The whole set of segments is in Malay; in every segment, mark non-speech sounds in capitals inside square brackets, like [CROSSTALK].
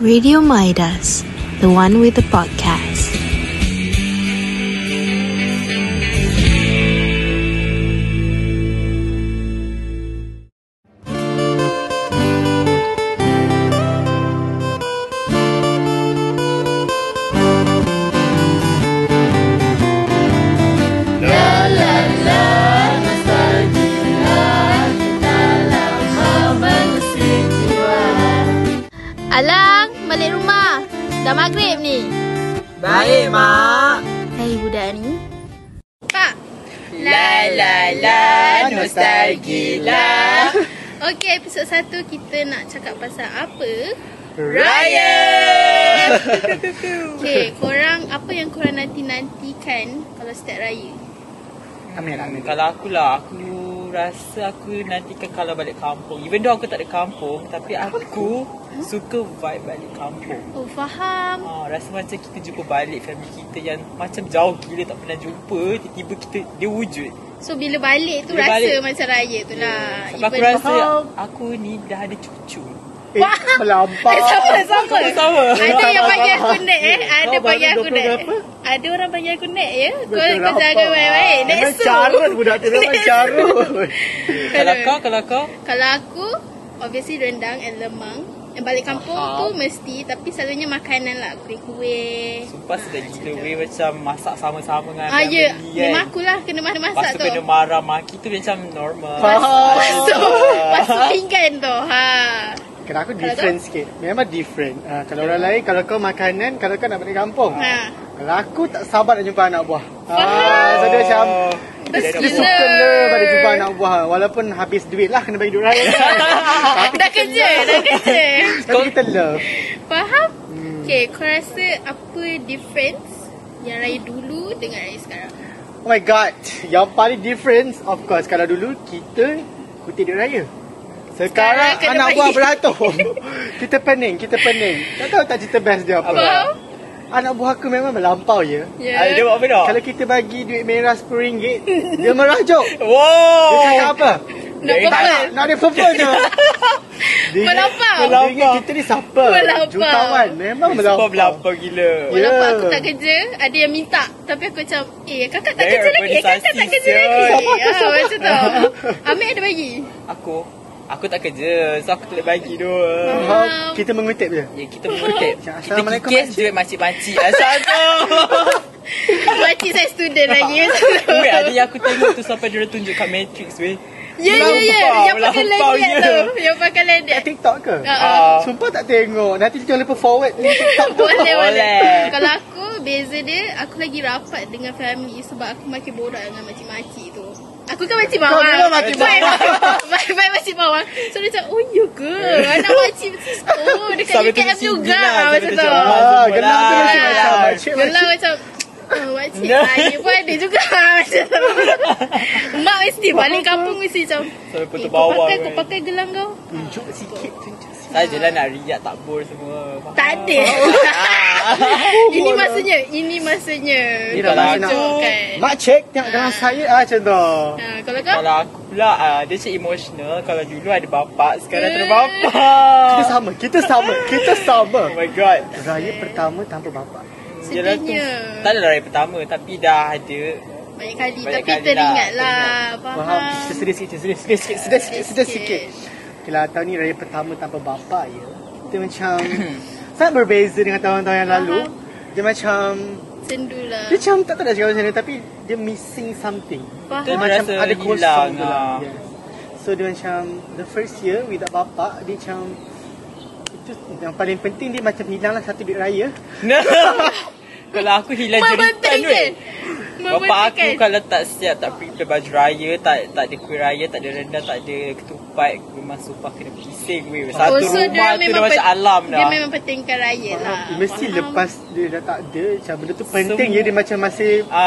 Radio Midas, the one with the podcast. Alang, balik rumah. Dah maghrib ni. Baik, Mak. Hai budak ni. Pak. La la la, Kan lah. nostalgia. Okey, episod satu kita nak cakap pasal apa? Raya! [LAUGHS] Okey, korang apa yang korang nanti-nantikan kalau setiap raya? Amin, amin. Kalau aku lah, aku rasa aku nantikan kalau balik kampung. Even though aku tak ada kampung, tapi aku suka vibe balik kampung. Oh, faham. Ha, rasa macam kita jumpa balik family kita yang macam jauh gila tak pernah jumpa, tiba-tiba kita dia wujud. So, bila balik tu Bila rasa balik. macam raya tu lah. Sebab aku Even- rasa [LAUGHS] Faham. aku ni dah ada cucu. Eh, melampau. Eh, sama, sama. [LAUGHS] Sama. Ada yang panggil aku nek eh. Ada Kau panggil baru aku nek. 20 berapa? Ada orang panggil aku nek ya. Kau Betul kau lapar. jaga baik-baik. Memang Next tu. carut budak tu memang [LAUGHS] carut. Kalau kau, kalau kau, Kalau aku Obviously rendang and lemang Yang balik kampung Faham. tu mesti Tapi selalunya makanan lah Kuih-kuih Sumpah sedap gila weh macam masak sama-sama dengan Ah ya family kan. Memang akulah kena mana Lepas masak tu tu [LAUGHS] kena marah maki tu macam normal. Faham. Masuk Masuk pinggan tu Ha Kalau aku different sikit. Memang different. Ah, kalau orang lain, kalau kau makanan, kalau kau nak balik kampung. Ha Ah. Kalau aku tak sabar nak jumpa anak buah. Faham. Ah, so dia macam Oh. Dia dia Gila. suka lah pada jumpa anak buah. Walaupun habis duit lah kena bagi duit [LAUGHS] raya. kan. Ah, Dah kerja Dah [LAUGHS] kerja Tapi kita love. Faham? Hmm. Okay kau rasa Apa difference Yang raya dulu Dengan raya sekarang Oh my god. Yang paling difference, of course. Kalau dulu, kita kutip duit raya. Sekarang, Sekarang kena anak bagi. buah beratur. [LAUGHS] kita pening, kita pening. Tak tahu tak cerita best dia apa. Faham? Anak buah aku memang melampau ya. Ya Ah, dia buat apa dah? Kalau kita bagi duit merah RM10, dia merajuk. Wow. Dia Oh. cakap apa? Nak Eh, tak purple Nak, nak ada purple [LAUGHS] je. Dia Melampau. Dia ingat kita ni siapa? Melampau. Jutawan. Memang Sumpah melampau. melampau gila. Ya. Walaupun aku tak kerja Ada yang minta Tapi aku macam Eh kakak tak Eh, kerja lagi Eh kakak tak urbanisasi kerja sial. lagi Sabar, ah, Macam tu Amir ada bagi [LAUGHS] Aku aku tak kerja. So aku tak boleh bagi tu. Faham? Kita mengutip je. Ya kita mengutip. Kita Assalamualaikum, kikis duit makcik-makcik. Asal [LAUGHS] tu. Makcik saya student lagi Macam tu Weh ada yang aku tengok tu sampai dia orang tunjuk kat Matrix weh. Ya ya ya Melampau, Yang pakai melampau landed ya. tu Yang pakai landed Kat TikTok ke? Ah, Ah. Sumpah tak tengok. Nanti jangan lupa forward ni TikTok tu. [LAUGHS] Boleh boleh Boleh. Kalau aku Beza dia Aku lagi rapat dengan family Sebab aku makin borak dengan makcik-makcik tu Aku kan makcik bawang memang makcik bawang. Baik-baik makcik bawang So dia macam Oh you ke Anak makcik macam Oh dekat Sambil UKM tunjuk juga singgih lah, Macam sambil tu tunjuk. lah. Ah, gelap tu Boleh. macam macam Boleh. makcik Yelah macam. macam Oh, [LAUGHS] makcik no. Saya pun ada juga Macam tu Mak mesti Balik kampung mesti macam Sampai Eh putus kau bawah. pakai Kau pakai gelang kau Tunjuk sikit, tunjuk sikit. Sajalah nak riak takbur semua. Faham? Tak ada [LAUGHS] Ini maksudnya Ini maksudnya Ni Oh. dah dah lah masa nak. Tunjukkan Mak cek tengok dalam saya ah macam tu. ha, Kalau kau Kalau aku pula ah, Dia macam emotional Kalau dulu ada bapak Sekarang tak ada Eh. bapak Kita sama, kita sama, kita sama. Oh my god Raya pertama tanpa bapa. Yalah tu Sedihnya Tak adalah raya pertama Tapi dah [LAUGHS] ada Banyak kali Banyak Tapi kali teringat lah, lah Faham? Faham Kita sedih sikit, sedih sikit, sedih sikit, sedih sikit, sedih sikit. Okay lah, tahun ni raya pertama tanpa bapa ya. Kita [COUGHS] macam sangat berbeza dengan tahun-tahun yang lalu. Dia macam Sendu lah dia macam tak tahu nak cakap macam mana tapi dia missing something. Faham. Dia macam Dia rasa ada hilang kosong tu lah. lah. Yes. So dia macam the first year without bapa dia macam itu yang paling penting dia macam hilanglah satu duit raya. Nah. Kalau aku hilang jeritan Mempentingkan weh Bapak aku Mempentingkan. kalau tak siap Tak prepare baju raya Tak tak ada kuih raya Tak ada rendang Tak ada ketupat Memang sumpah kena pising weh Oh, Satu so rumah tu dah memang macam pet- alam Dia dah memang pentingkan raya lah Ah, Mesti Faham. lepas dia dah tak ada macam benda tu penting Semua- ya dia macam masih Ah,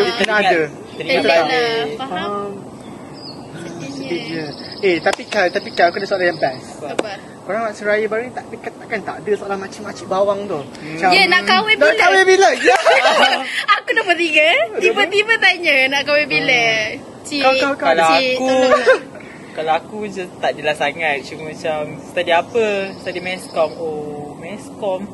dia kena teringat- ada. Teringat Teringat balik. lah. Faham. faham. Sedihnya Yeah. Eh tapi kan tapi kan aku ada soalan yang best. Apa? Korang nak seraya baru ni tak dekat takkan tak ada soalan makcik-makcik bawang tu. Macam, Ya, nak kahwin Nak bila? kahwin bila? [LAUGHS] Ya. Aku nombor tiga Tiba-tiba tanya Nak kahwin bila Cik Ah. Kau, kau, kau. Kalau Cik, aku tolonglah. Kalau aku je tak jelas sangat Cuma macam Study apa Study meskom Oh meskom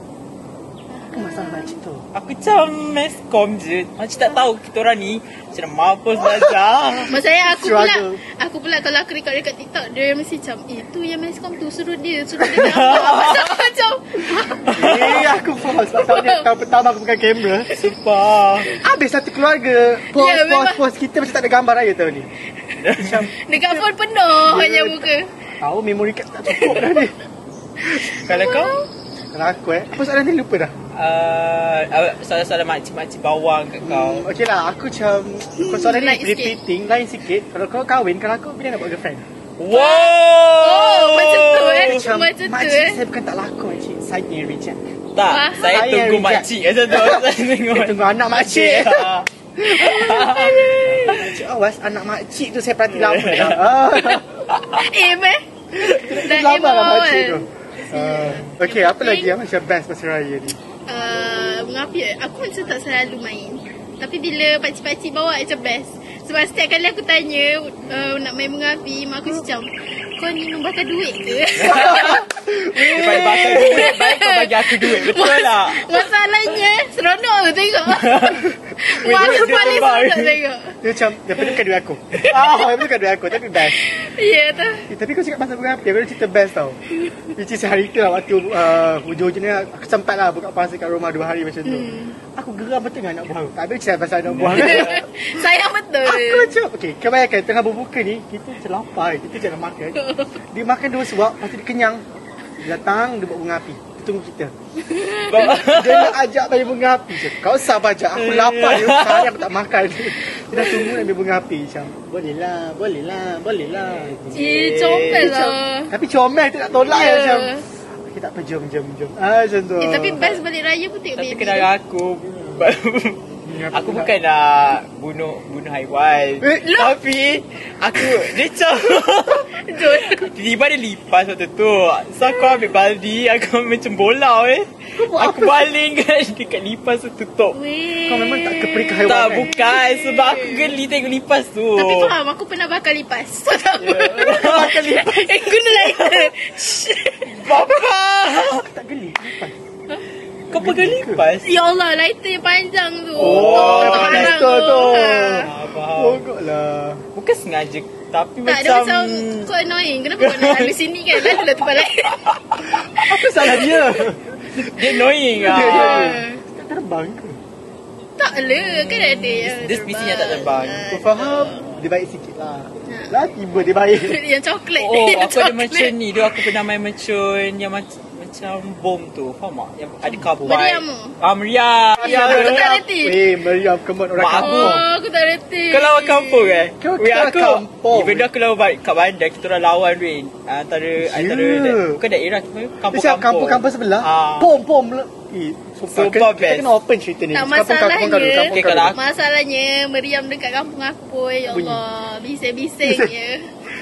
Apa masalah makcik tu? Aku macam meskom je Macam tak tahu kita orang ni Macam nak mampus [LAUGHS] belajar Maksudnya aku pula Struggle. Aku pula kalau aku record-record TikTok Dia mesti macam Eh tu yang meskom tu Suruh dia Suruh dia nampak [LAUGHS] Macam Macam Eh, aku pause. Pasal ni tahun pertama aku pegang kamera. Sumpah Habis satu keluarga. Pause, Ya, yeah, pause, memang. pause. Kita macam tak ada gambar raya tahun ni. Macam, Dekat phone penuh Hanya [LAUGHS] muka tahu memory card tak cukup dah ni. Kalau kau Kalau aku eh. Apa soalan ni lupa dah. uh, Soalan-soalan makcik-makcik bawang kat kau Okay lah, aku macam Kau soalan Light ni Hmm. sikit. repeating Lain sikit Kalau kau kahwin Kalau aku bila nak buat girlfriend Wow Oh, macam tu, eh. Macam Macam tu, Makcik eh." saya bukan tak laku Makcik Saya yang reject Tak Faham. Saya Saya tunggu reject. makcik Macam [LAUGHS] tu Saya tunggu Saya tunggu anak [LAUGHS] makcik Ah. Makcik awas Anak makcik tu saya perhati lama dah Ah, Aim eh Dah aim Lama lah makcik tu awal Ah, Okay Yang apa lagi penting- yang macam best masa raya ni uh, Mengapi Aku macam tak selalu main Tapi bila pakcik-pakcik bawa macam best Sebab setiap kali aku tanya uh, Nak main mengapi Mak aku macam Kau ni membakar duit ke? [LAUGHS] Dia baik bakar duit Baik kau bagi aku duit Betul tak Masalahnya Seronok tu [LAUGHS] tengok Mak dia- aku dia paling terbang. seronok tengok Dia macam Yang penting bukan duit aku Ah, Yang penting bukan duit aku Tapi best Ya tu Eh, tapi kau cakap pasal bunga api, aku dah cerita best tau. Which is hari tu lah waktu uh, hujan-hujan ni, aku sempat lah buka puasa kat rumah dua hari macam tu. Aku geram betul dengan anak buah aku. Tak ada cerita pasal anak buah aku. Sayang betul Aku macam, okay, kau bayangkan tengah berbuka ni, kita macam lapar, eh. kita macam nak [LAUGHS] makan. Dia makan dua suap, lepas tu dia kenyang. Dia datang, dia buat bunga api. Dia tunggu kita. Dia nak ajak main bunga api je. Kau sabar ajak, aku lapar dia, sehari aku tak makan. Dia dah tunggu nak main bunga api macam. Boleh lah, boleh lah, boleh lah. Eh comel Macam, lah tapi comel tu nak tolak Ya. yeah. macam. Okay, tak apa, jom, jom, jom. Ah, macam tu. Eh tapi best balik raya pun tengok Tapi baby kenal aku Aku bukan nak bunuh bunuh haiwan Eh, lah. Tapi Aku Dia macam Jom Tiba-tiba dia lipas waktu tu So aku ambil baldi Aku ambil macam bola eh Aku baling [LAUGHS] kan Dekat lipas tu tutup Weh. Kau memang tak keperi ke haiwan Tak kan? bukan Sebab aku geli tengok lipas tu Tapi lah. faham aku pernah bakar lipas [LAUGHS] So tak apa [LAUGHS] Bakar lipas. Eh guna lighter Bapa Aku tak geli. Kenapa? Kau pegang lipas Ya Allah lighter yang panjang tu Oh, Tak dapat larang pistol tu. Ha. Ah, faham. Pogok lah. Bukan sengaja Tapi Tak ada macam macam Kau annoying Kenapa kau nak ambil sini kan Lalu lah tempat lain Apa salah dia? [LAUGHS] Dia annoying lah Dia- dia- dia. Ah. Tak terbang ke? Tak lah Kan ada yang Dia spesies yang tak terbang. Kau faham? Dia baik sikit lah. Ya. Lah tiba dia baik. Ah. Yang coklat Oh, Yang aku ada coklat. macam ni. Dulu aku pernah main macam yang mac- macam bom tu. Faham tak? Yang ada kabut. Meriam tu? Ah, meriam. [LAUGHS] Ya, Meriam. aku tak reti Eh, meriam kemot orang Mak aku. kampung. Oh aku tak reti Kau lawan kampung eh? Kau- Weh, kau aku, kampung. Even though aku lawan ba- kat bandar, kita orang lawan Rain. Antara, antara, da- bukan daerah, cuma kampung-kampung. Macam Ya. kampung-kampung sebelah. Ah. Pom, pom. le- Eh, sumpah. Sumpah kita- Kita best. kena open cerita ni. Tak ya. Kampung-kampung kau dulu, masalahnya. Okay, kampung kau kalau dulu. aku- Masalahnya meriam dekat kampung aku Ya Allah Bising-bising Bising. ya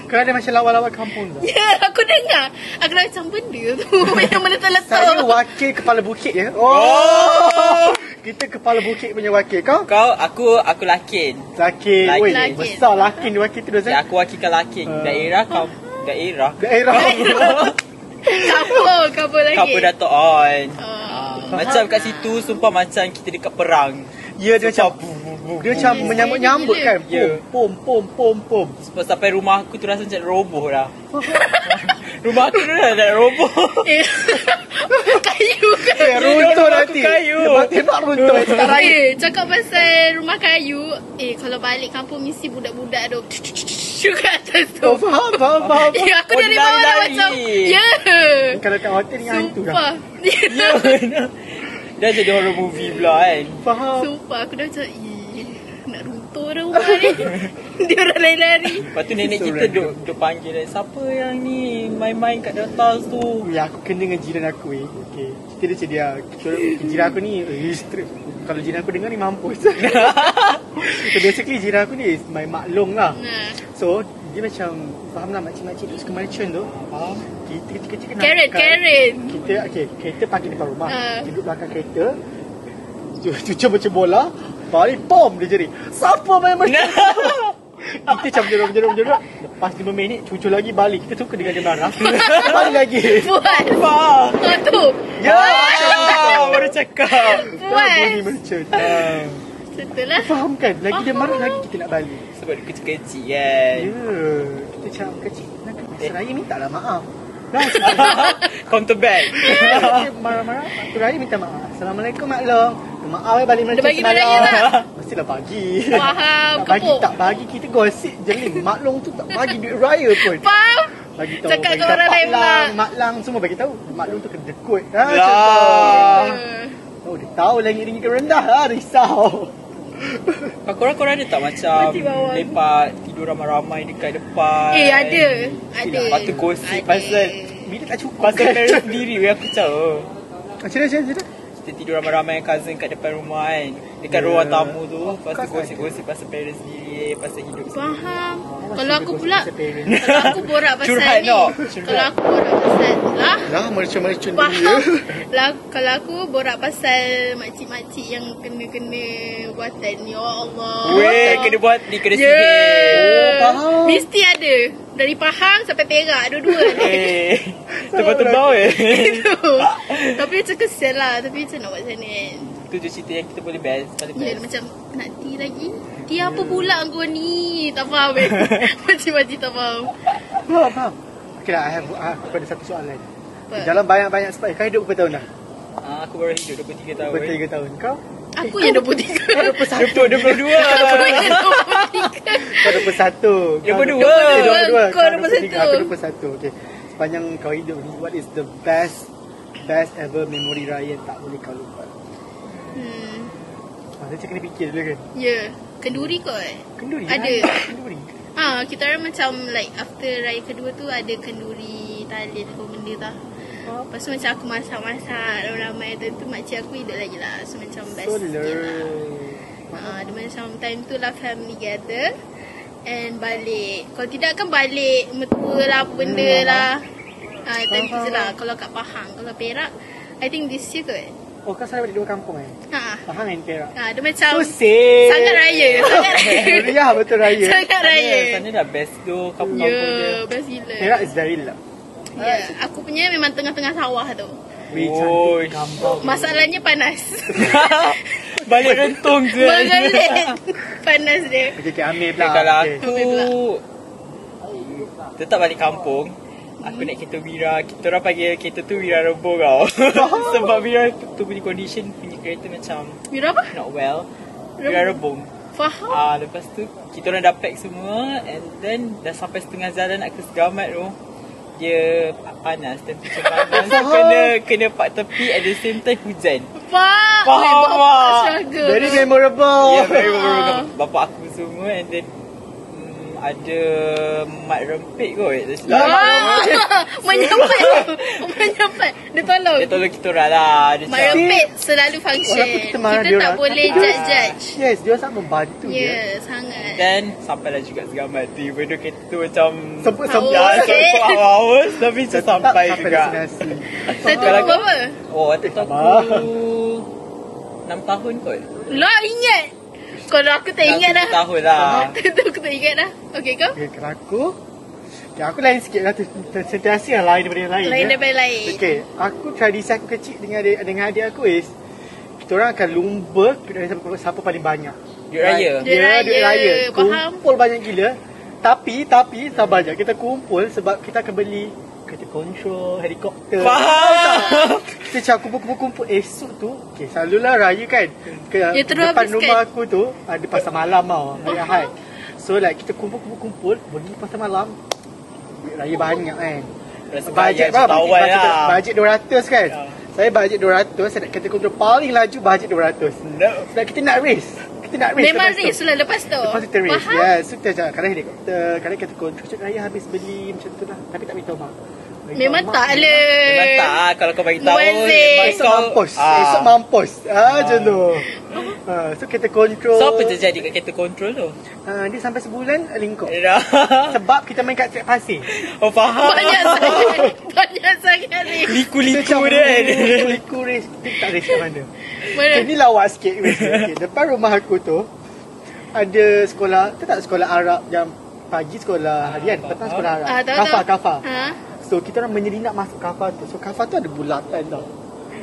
Kau ada macam lawan-lawan kampung tu. Ya aku dengar Aku dah macam benda tu [LAUGHS] Yang mana tak letak Saya wakil kepala bukit ya. Oh! [LAUGHS] Kita kepala bukit punya wakil kau. Kau, aku, aku lakin. Lakin. Lakin. Woi, Lakin. besar lakin dia wakil tu dah Ya, saya. aku wakilkan lakin. Ah. Daerah, kampung. Daerah. [LAUGHS] Daerah. Ya. Kapur Kapur oh, lagi Kapur Dato' On. Ah. Ah, macam kat situ, sumpah macam kita dekat perang. Ya dia macam dia macam Yes, menyambut-nyambut yes, kan. yes. Pom pom pom pom. Sebab sampai rumah aku tu rasa macam roboh dah. [LAUGHS] rumah aku tu dah, dah roboh. [LAUGHS] Eh, [LAUGHS] Kayu kan Eh, runtuh dorong aku nanti. kayu. Dia tembak runtuh. Eh, cakap pasal rumah kayu Eh, kalau balik kampung Mesti budak-budak tu [LAUGHS] Shoo kat atas tu Kau Oh, faham, faham, faham. Eh, aku Oh, dari bawah dah lari-lari. macam Ya [LAUGHS] Kalau kat hotel ni hantu dah. Sumpah Ya Dah jadi horror movie pula kan. Faham. [LAUGHS] Sumpah aku dah macam "Ih, Nak runtuh dah rumah ni [LAUGHS] Dia orang lari-lari Lepas tu nenek So kita random. duk, duk panggil kan. Siapa yang ni main-main kat datas tu? Ya, aku kena dengan jiran aku eh. Okay. Cerita dia macam dia. Kita, jiran aku ni, eh, straight. Kalau jiran aku dengar ni mampus. [LAUGHS] so basically jiran aku ni is my maklong lah. Nah, So, dia macam, faham lah makcik-makcik tu suka mercun tu. Faham? Kita kecil-kecil kena Karen, angkat. Karen Kita, okay, kereta parking depan rumah. Ah. Duduk belakang kereta. [LAUGHS] [LAUGHS] Cucu macam bola. Balik, pom dia jerit. Siapa main mercun? Kita macam jeruk-jeruk-jeruk. Lepas 5 minit, cucu lagi balik. Kita suka dengan [LAUGHS] jenara. balik lagi. Puas. Wah. Oh tu. Ya, Ah, baru [LAUGHS] cakap. Dah Puas. bunyi mercut. Ah, Betul lah. Faham kan? Lagi dia marah, lagi kita nak balik. sebab dia kecil-kecil kan. [LAUGHS] Ya, kita cakap kecil. Nak seraya minta lah maaf. Dah, Counter back. Dia marah-marah Waktu raya minta maaf Assalamualaikum Mak Long Minta Maaf eh balik Malaysia Dia bagi lah. Mak Long tak? Mestilah bagi Faham, Tak bagi, kepuk. tak bagi Kita gosip je ni [LAUGHS] Mak Long tu tak bagi duit raya pun Faham? Bagi tahu Cakap bagi kat tahu. orang Mak lain Lang, pula. Mak Lang semua bagi tahu Mak Long tu kena dekut ha, Lah. contoh. Hmm. Oh dia tahu langit-langit dia rendah ha, Risau Kau korang korang ada tak macam Mati bawang. lepak tidur ramai-ramai dekat depan? Eh ada. Ada. Lepas tu gosip pasal Bila tak cukup pasal kan? parents sendiri weh aku macam oh. [LAUGHS] Macam mana, macam mana, macam mana? Kita tidur ramai-ramai cousin kat depan rumah kan. Dekat yeah. Ya. ruang tamu tu. Lepas tu course gosip-gosip pasal parents sendiri, pasal hidup sendiri. Faham. Awas Kalau dia aku gosip pula pasal parents. kalau aku borak pasal Curhat ni. tau, curhat. Kalau aku borak pasal lah Lah mercun-mercun [LAUGHS] Faham [LAUGHS] lah, Kalau aku borak pasal Makcik-makcik yang kena-kena Buatan ni Ya Allah Weh, kena buat ni kena Oh, Ya. sihir. [LAUGHS] Pahang. Mesti ada Dari Pahang sampai Perak Dua-dua ada [LAUGHS] Eh, tebal-tebal eh. [LAUGHS] Itu. Tapi macam kesian lah Tapi macam nak buat macam ni kan Itu je cerita yang kita boleh best. Paling Ya best. macam Nak ti lagi Ti apa pula kau ni Tak faham eh Makcik-makcik tak faham Faham, faham. Okay lah, I have ah, kepada satu soalan. Apa? Dalam banyak-banyak sebab kau hidup berapa tahun dah? Ah, aku baru hidup 23 tahun. eh. 23 tahun. Kau? Aku yang 23 Dua dua puluh dua. [LAUGHS] Aku yang 23 Kau 21. Dia Kau berdua. Dia berdua. Kau 21. Aku 21. Okay. Sepanjang kau hidup ni, what is the best best ever memory raya yang tak boleh kau lupa? Hmm Ah, dia macam kena fikir dulu kan. Ya Kenduri kot Kenduri. Ada. Lah. Kenduri. Ah, kita orang macam like after raya kedua tu ada kenduri talin apa benda tah. Lepas tu macam aku masak-masak ramai-ramai Time tu makcik aku hidup lagi lah So macam best So, sikit lah uh, Dia macam time tu lah family gather And balik Kalau tidak kan balik Mertua lah apa benda lah uh, Time tu je lah Kalau kat Pahang Kalau Perak I think this year kot Oh, kau selalu balik dua kampung eh? Ha. Pahang dan Perak. Ha, dia macam So, same. Sangat raya [LAUGHS] Sangat raya [LAUGHS] Ya, betul raya. Sangat raya Sana dah ya. best tu Ya kampung-kampung dia. Best gila Perak is very low. Ya, aku punya memang tengah-tengah sawah tu. Weh, Oh, cantik [LAUGHS] gambar. Masalahnya [LAUGHS] panas. [LAUGHS] Balik rentung je. Mengelit. panas dia. Okay, okay, Amir Okay, pula. Ah, kalau Okay. aku tetap balik kampung, aku naik kereta Wira. Kita orang panggil kereta tu Wira Rebo kau. [LAUGHS] Sebab Wira tu punya condition punya kereta macam Mira apa? not well. Wira Rebung. Faham? Ah lepas tu kita orang dah pack semua and then dah sampai setengah jalan nak ke Segamat tu dia panas temperature panas so kena kena pak tepi at the same time hujan. Faham? Faham, Oi, bapak Mak. struggle. Very memorable. Ya yeah, very Ah. memorable bapak aku semua and then hmm, ada mat rempit kot. Dia cakap, Wah, menyampat Menyampat Ah, Dia tolong Dia tolong kita orang lah. Dia Mak cakap, Rapid selalu function Walaupun kita marah dia tak orang, boleh tapi dia- judge-judge Yes, dia sangat membantu Ya, yeah. sangat Then sampailah juga Segamat tu. Even though kereta tu macam... dia. Sebut Awal. sampai Ya, Awal. sampai hours tapi macam sampai juga. destinasi. Satu Kalau- umur apa? Oh, waktu tu Sabar. aku 6 tahun kot. Lah ingat Kalau aku tak ingat dah Aku Tahun lah. Tentu aku [LAUGHS] tak ingat dah Okay kau? Okay, kalau aku okay, Aku lain sikit lah tu tu- Sentiasa yang lain daripada yang lain Lain eh. daripada lain Okay, aku tradisi aku kecil dengan adik, dengan adik aku is kita orang akan lumba siapa, siapa paling banyak. Duit raya. Ya, yeah, duit raya. Faham. Kumpul banyak gila. Tapi, tapi sabar je. Kita kumpul sebab kita akan beli kereta kontrol, helikopter. [LAUGHS] Faham. Kita macam kumpul-kumpul-kumpul Eh, esok tu Okay selalulah raya kan ke, Ya, terus Depan habiskan. rumah aku tu Ada pasar malam tau Hari Ahad So like kita kumpul-kumpul-kumpul Pergi pasar malam Duit raya banyak kan Rasa Bajet kaya berapa? Tawan Bajet- lah. Bajet 200 kan Ya. Saya bajet 200 Saya nak kereta kontrol paling laju Bajet 200 No. Sebab kita nak race Kita nak race Memang lepas tu. race lah lepas tu Lepas tu ya. kita race Faham? Yes So kita cakap Kadang helikopter Kadang kereta kontrol Cakap raya habis beli Macam tu lah Tapi tak beritahu mak Beritahu Memang mak, tak memang le Memang tak ah, kalau kau bagi tahu Muazzin. memang Esok mampus Eh, ah. Esok mampus Ah, macam tu Ah, So kita kontrol So apa terjadi kat kereta kontrol tu? Ah, Dia sampai sebulan lingkup Dah. [LAUGHS] Sebab kita main kat trek pasir Oh faham. Banyak sangat Banyak sangat race Liku-liku dia kan. [LAUGHS] Liku race Kita tak race kat mana Eh, Mana? [LAUGHS] Ini lawak sikit race dia. okay, Depan rumah aku tu ada sekolah, kita tak sekolah Arab yang pagi sekolah harian, petang sekolah Arab. Ah, tahu, kafa, tahu. kafa. Ha? So kita orang menyelinap masuk kafa tu. So kafa tu ada bulatan tau.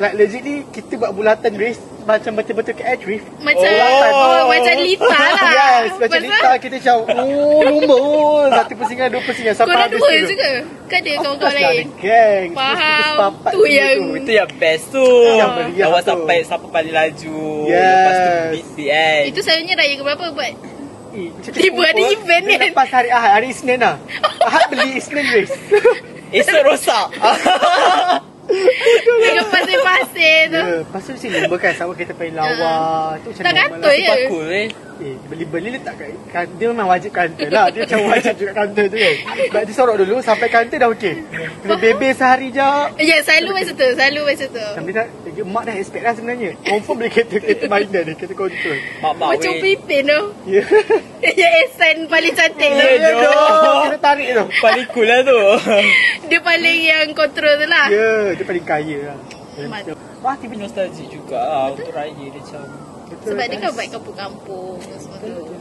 Like legitly kita buat bulatan race macam betul-betul ke drift. Macam Oh. oh, macam lita lah. [LAUGHS] Yes, macam Pasal lita kita macam oh lumba oh, satu pusingan dua pusingan sampai Korang habis dua tu. je ke? Ke ada Of kawan-kawan course lah, lain? ada Gang. Faham. Kita Tu sepapat semua yang- tu. Itu yang best tu. Yang meriah Awak tu. sampai siapa paling laju. Yes. Lepas tu beat the end. Itu selalunya raya ke berapa buat? Eh, macam Tiba kita ada kumpul, event dia kan? Lepas hari Ahad, hari Isnin [LAUGHS] lah Ahad beli Isnin race Esok Eh, [LAUGHS] rosak. Ah, Dengan [LAUGHS] pasir-pasir tu. Ya, lepas tu mesti lumba kan Sama kereta paling lawa Itu macam Tak normal kantoi lah. ya? Sebab cool eh. Eh, beli-beli letak kat kan, Dia memang wajib kantor lah Dia macam wajib juga kantor tu kan Sebab dia sorok dulu Sampai kantor dah okey Kena bebe sehari je Ya, selalu macam tu. Selalu macam tu. Sambil dah, dia- mak dah expect lah sebenarnya Confirm beli kereta Kereta minor ni Kereta kontrol Mak-mak Macam weh. pipin tu. [LAUGHS] Ya Ya, Ehsan paling cantik tu. Ya, Ya, doh. doh. Kena tarik tu Paling cool lah [LAUGHS] tu. Dia paling yang kontrol tu lah. Ya, dia paling kaya lah Mat- Wah, tiba nostalgic juga lah. Untuk raya dia macam. Sebab dia kan buat kampung-kampung semua tu.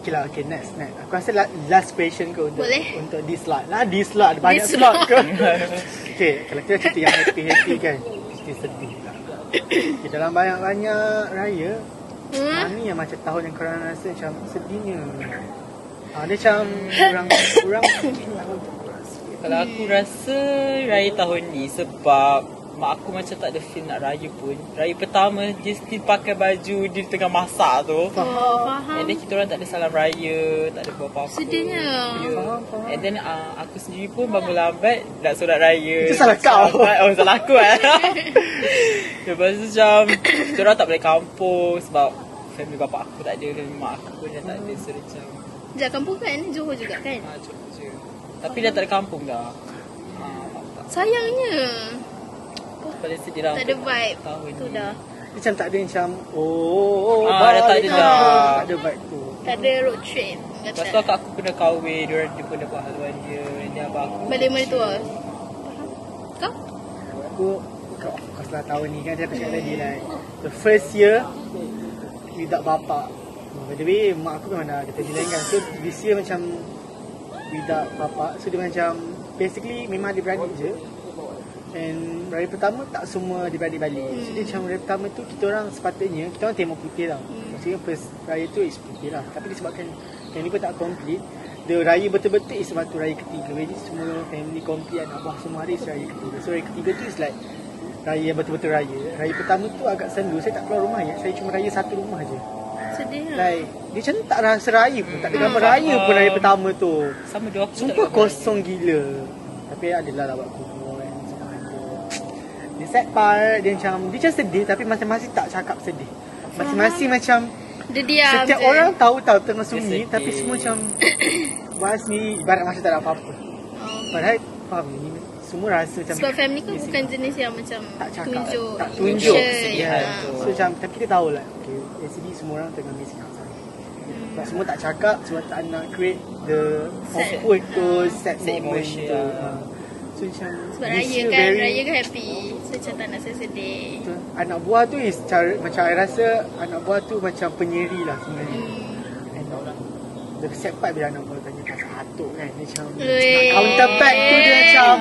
Okay lah, okay next, next. Aku rasa la- last question ke untuk, Boleh. untuk this slot. Lah, this slot. Ada banyak This slot slot. ke? [LAUGHS] okay, kalau kita cerita yang happy-happy kan, cerita sedih lah. Okay, dalam banyak-banyak raya, Hmm? mana yang macam tahun yang korang rasa macam sedihnya? Ha, dia macam kurang, kurang tahun tu aku rasa. Kalau aku rasa raya tahun ni sebab mak aku macam tak ada feel nak raya pun. Raya pertama dia still pakai baju dia tengah masak tu. Oh, faham. And then kita orang tak ada salam raya, tak ada buat apa-apa. Sedihnya. Ya. Faham, faham. And then uh, aku sendiri pun bangun lambat nak solat raya. Itu salah kau. Solat- Oh, salah aku [LAUGHS] eh. Lepas tu macam kita orang tak boleh kampung sebab family bapa aku tak ada, family mak aku pun dah tak ada. So dia macam Sekejap kampung kan? Johor juga kan? ah, jom je. Tapi dah tak ada kampung dah. Ah, tak, tak. Sayangnya. Paling sedih lah Tak ada untuk vibe. tahun Tu ni. dah. Dia macam tak ada yang macam, oh, Ah, dah tak ada balik dah. lah. Tak ada vibe tu. Tak ada road trip. Lepas Kata. tu akak aku kena kahwin, dia dia pun dapat haluan dia, dia abang aku. Balik mertua. Kau? aku kau kau salah tahun ni kan dia aku cakap Hmm. tadi like the first year without bapa by the way mak aku memang dah kita bilang kan so this year macam without bapa so dia macam basically memang ada beradik je and hari pertama tak semua ada beradik balik so dia macam hari pertama tu kita orang sepatutnya kita orang tema putih lah maksudnya first raya tu is putih lah tapi disebabkan yang ni pun tak complete The raya betul-betul is sebab tu raya ketiga Jadi semua family complete Anak buah semua hari is raya ketiga So raya ketiga tu is like Raya yang betul-betul raya Raya pertama tu agak sendu Saya tak keluar rumah je Saya cuma raya satu rumah je Sedihnya. Like Dia macam tak rasa raya pun Tak ada gambar raya pun raya pertama tu Sama dia aku Sumpah tak ada kosong gila Tapi adalah lah buat kubur kan Sebab aku The sad part Dia macam Dia macam sedih Tapi masing-masing tak cakap sedih Masing-masing macam Dia diam Setiap je. orang tahu tahu tengah sunyi sedih. tapi semua macam buat sendiri ibarat macam tak ada Oh. apa-apa. Padahal faham ni semua rasa macam Sebab family kan bukan jenis yang macam Tak cakap, tunjuk. tak tunjuk emotion, kesedihan ya. tu. so macam tapi kita tahu lah okay, actually semua orang tengah miss out. Hmm. Sebab semua tak cakap sebab tak nak create the Sad. Ah, awkward tu sad, Sad moment emotion. tu. Ah. So macam Sebab this raya year kan, very- raya kan happy. So macam tak nak saya sedih. Betul. Anak buah tu is cara, macam I rasa anak buah tu macam penyeri lah Hmm. sebenarnya. I tahu lah. The sad part bila anak buah tanya pasal atuk kan. Dia macam nak Weh. counter back tu dia macam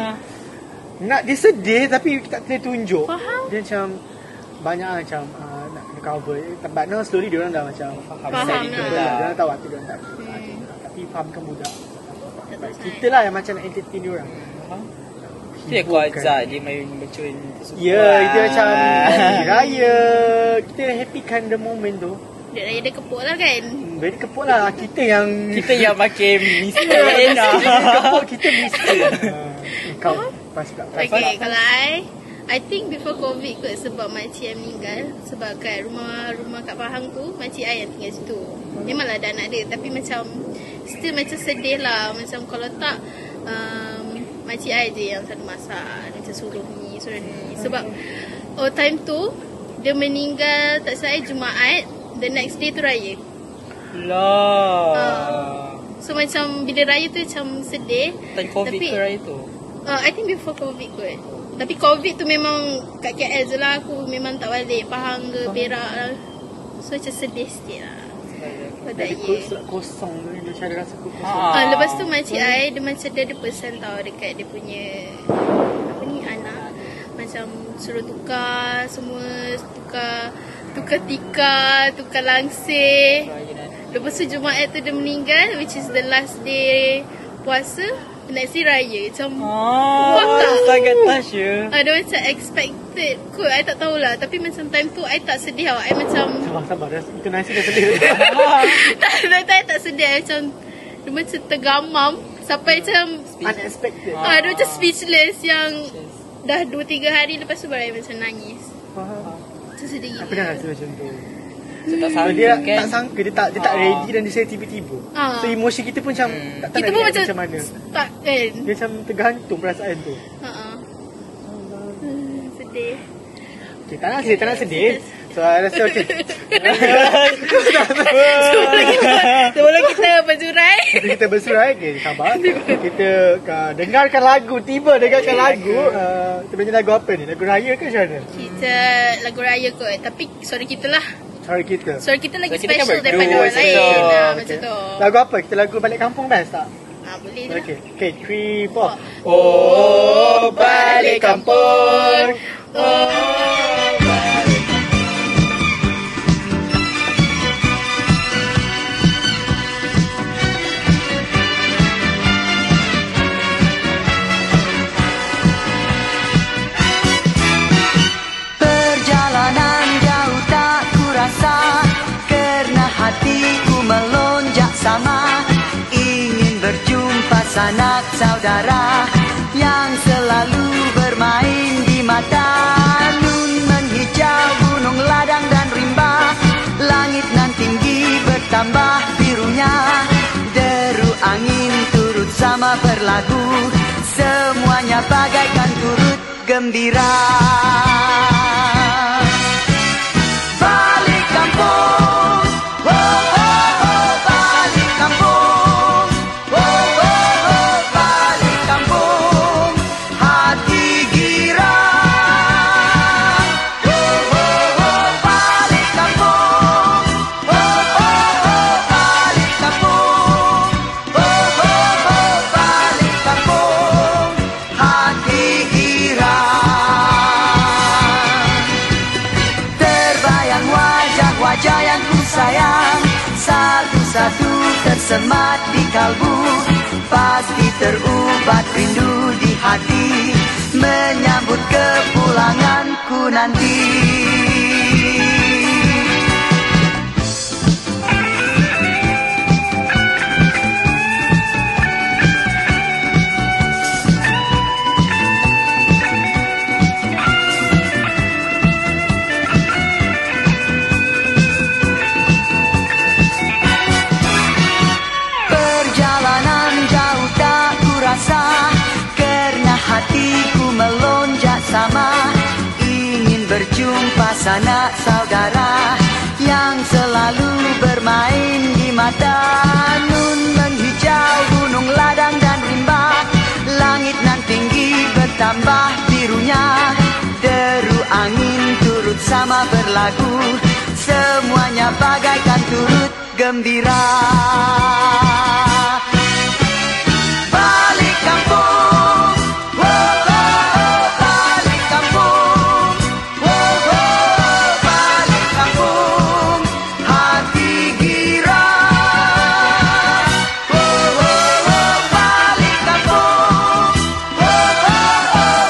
nak dia sedih tapi tak kena tunjuk. Faham. Dia macam banyak lah macam uh, nak kena cover. But now slowly dia orang dah macam faham. Faham side lah. Dia orang tahu atuk dia orang tak. tahu. Hmm. Tapi fahamkan budak. Tak tahu Kita lah yang macam nak entertain dia orang. Faham? Itu yang kau ajak dia main mencuri Ya, yeah, kita macam hari raya. Kita happy kan the moment tu. Dia raya dia kepuk lah kan. Hmm, Very kepuk lah. Kita yang... [LAUGHS] [LAUGHS] Kita yang makin Mr. Ena kepuk, kita miskin. Kau, pas pula. Kau, Okay, kalau I, I think before COVID kot sebab makcik I meninggal. Sebab kat rumah rumah kat Pahang tu, makcik I yang tinggal situ. Memanglah ada anak dia tapi macam still macam sedih lah. Macam kalau tak, um, makcik I je yang selalu masak. Macam suruh ni, suruh ni. Sebab oh time tu, dia meninggal tak salah I Jumaat. The next day tu raya. Lah So macam bila raya tu macam sedih. Time COVID Tapi- ke raya tu Uh, I think before COVID kot. Tapi COVID tu memang kat KL je lah aku memang tak balik Pahang ke Perak lah. So macam sedih sikit lah. Kodak Jadi ye. kos- kosong tu Macam ada rasa kosong Ah. Ah, lepas tu makcik I dia macam dia ada pesan tau dekat dia punya apa ni anak macam suruh tukar semua tukar tukar tika, tukar langsir. Lepas tu Jumaat tu dia meninggal which is the last day puasa next day raya macam Ah, Oh, sangat touch ya. ah, dia macam expected kot I tak tahulah tapi macam time tu I tak sedih tau I macam [LAUGHS] Sabar sabar dah, Itu nasi dah sedih tak tak tak, tak sedih I macam dia macam tergamam sampai macam Unexpected Ah, dia macam speechless yang dah 2-3 hari lepas tu baru I macam nangis. Faham Macam sedih Aku dah gila. rasa macam tu Macam tak Sebab sangka dia kan. tak sangka Dia tak dia tak Ah. ready Dan dia saya tiba-tiba Ah. So emosi kita pun macam Hmm. Tak tahu Kita nak pun react macam, macam mana stuck kan. Dia macam tergantung perasaan tu Ha-ha. Hmm, sedih. okay, Tak nak sedih Tak nak sedih So I rasa [LAUGHS] okay Ah. Sebelum kita berjurai. Kita bersurai okay, Sabar Kita uh, dengarkan lagu Tiba dengarkan lagu uh, Kita punya lagu apa ni Lagu raya ke macam mana Kita lagu raya kot. Tapi suara kita lah. Suara kita Suara kita lagi Suara kita kan special berdua, daripada orang macam lain. tu. Ha, macam Okay. tu. Lagu apa? Kita lagu balik kampung best tak? Ha, boleh je. Okay, okay, three, four. Oh, balik kampung. Oh. Perjalanan jauh tak kurasa Kerana hatiku melonjak sama Ingin berjumpa sanak saudara Yang selalu bermain di mata Nun menghijau gunung ladang dan rimba Langit nan tinggi bertambah birunya Deru angin turut sama berlagu Semuanya bagaikan turut gembira Balik kampung Oh oh oh balik kampung Oh oh oh balik kampung Hati girang Oh oh oh balik kampung Oh oh oh balik kampung Oh oh oh balik kampung Hati girang Terbayang wajah-wajah yang ku sayang Satu-satu tersemat di kalbu Pasti terubat rindu di hati Menyambut kepulanganku nanti Perjalanan jauh tak kurasa Kerana hatiku melonjak sama Ingin berjumpa sanak saudara Yang selalu bermain di mata Nun menghijau gunung ladang dan rimba Langit nan tinggi bertambah birunya Deru angin turut sama berlagu Semuanya bagaikan turut gembira Balik kampung, oh oh oh, balik kampung, oh oh oh, balik kampung, hati girang. Oh oh oh, balik kampung, oh oh oh,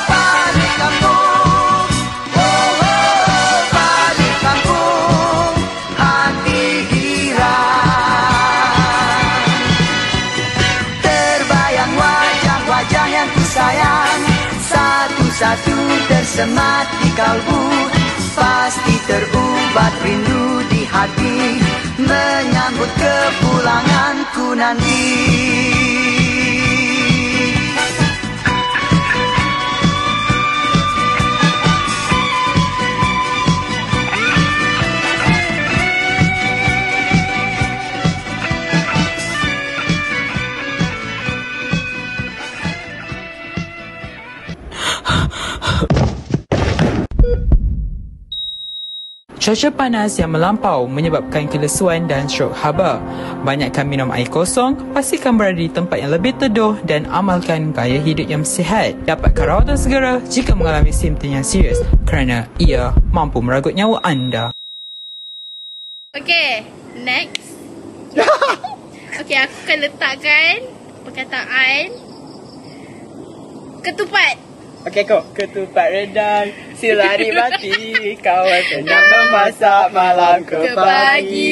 balik kampung, oh oh oh, balik kampung, hati girang. Terbayang wajah-wajah yang ku sayang Satu-satu tersemat di kalbu Pasti terubat rindu di hati Menyambut kepulanganku nanti Cuaca panas yang melampau menyebabkan kelesuan dan strok haba. Banyakkan minum air kosong, pastikan berada di tempat yang lebih teduh dan amalkan gaya hidup yang sihat. Dapatkan rawatan segera jika mengalami simptom yang serius kerana ia mampu meragut nyawa anda. Okay, [LAUGHS] next. okay, aku akan letakkan perkataan ketupat. Okey kau Ketupat rendang [LAUGHS] Silari mati Kawan senang memasak malam ke Ke pagi pagi,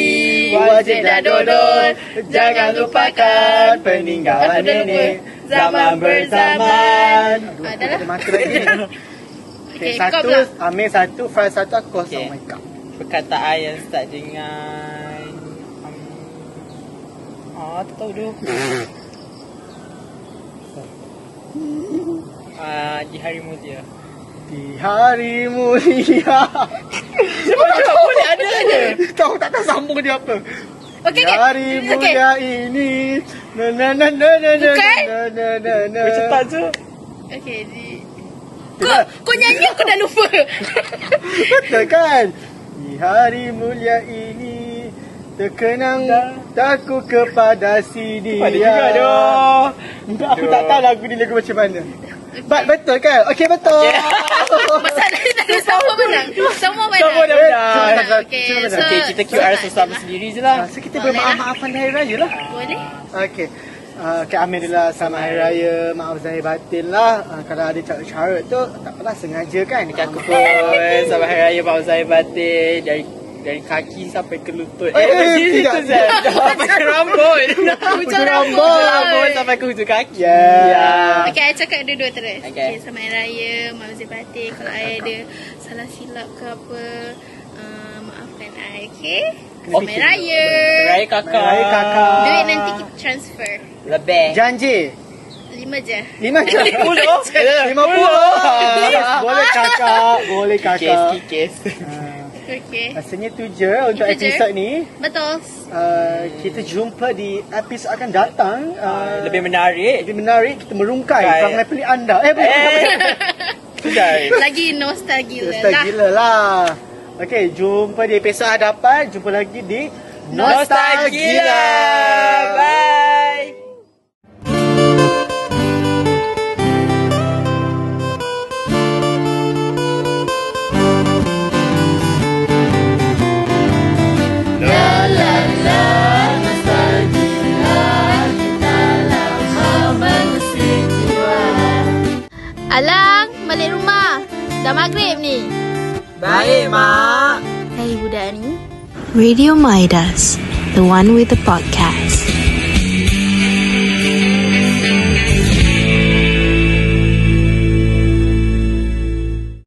Wajib dan dodol Jangan lupakan Peninggalan Aku dah lupa. nenek Zaman berzaman Ah, dah Aduh, aku lah. dah mati [LAUGHS] lagi. Okay, Okay, kau satu, pula. Amir satu, Faiz satu, aku Okay. kosong. Oh my god. Perkataan yang start dengan um, Ah, tak tahu tu Ah, di hari mulia Di hari mulia. [LAUGHS] Siapa cakap boleh ada je Tahu tak tahu sambung dia apa. Okay, Di okay. hari okay. mulia ini. Na na na na na na Bukan. na na na na. Macam tak je Okay, di... Kau, kau nyanyi aku dah [LAUGHS] lupa. Betul kan? Di hari mulia ini terkenang aku kepada si dia. Ada juga doh Entah, Aku tak tahu lagu ni lagu macam mana. But betul kan? Okey betul. Ya. Masalahnya tak ada sama menang. Sama menang. Sama dah menang Eh, sama dah. Okay, Sama dah. so... Okay, kita QR sesama sendiri je lah Ah, So kita bermaaf-maafan Hari Raya lah. Boleh? Okey. Uh, Kak Amir adalah sama Hari Raya, maaf zahir batin lah. Uh, kalau ada cara-cara tu, tak apalah sengaja kan. Macam aku pun Selamat Hari Raya Bawa saya batin Dari dari kaki sampai ke lutut Eh, macam tidak. tu, Zah. [LAUGHS] Sampai ke rambut Hujung Sampai ke rambut. rambut Sampai ke hujung kaki Ya. Okay, I cakap dua-dua terus. Ah. Okay. Okay. okay sama raya, maaf zahir batin. Kalau I ada salah silap ke apa, uh, maafkan I, okay? Kena Sama fikir. raya. Raya kakak Raya kakak. Duit nanti kita transfer. Lebih Janji. Lima je. [LAUGHS] Lima jam. [LAUGHS] Puluh Lima puluh. Boleh kakak, boleh Kikis kakak. Kikis Uh, Okay. rasanya tu je untuk Itu je. episod ni. Betul. Uh, kita jumpa di episod akan datang. Ah, Uh, Lebih menarik [LAUGHS] lebih menarik. Kita merungkai Baik. perangai pelik anda. Eh, boleh. Eh Sudah Lagi nostalgia Gila lah. lah. gila lah. Okay, jumpa di episod hadapan. Jumpa lagi di Nostalgia Bye Alang, balik rumah. Dah maghrib ni. Baik mak Hai budak ni. Radio Midas, the one with the podcast.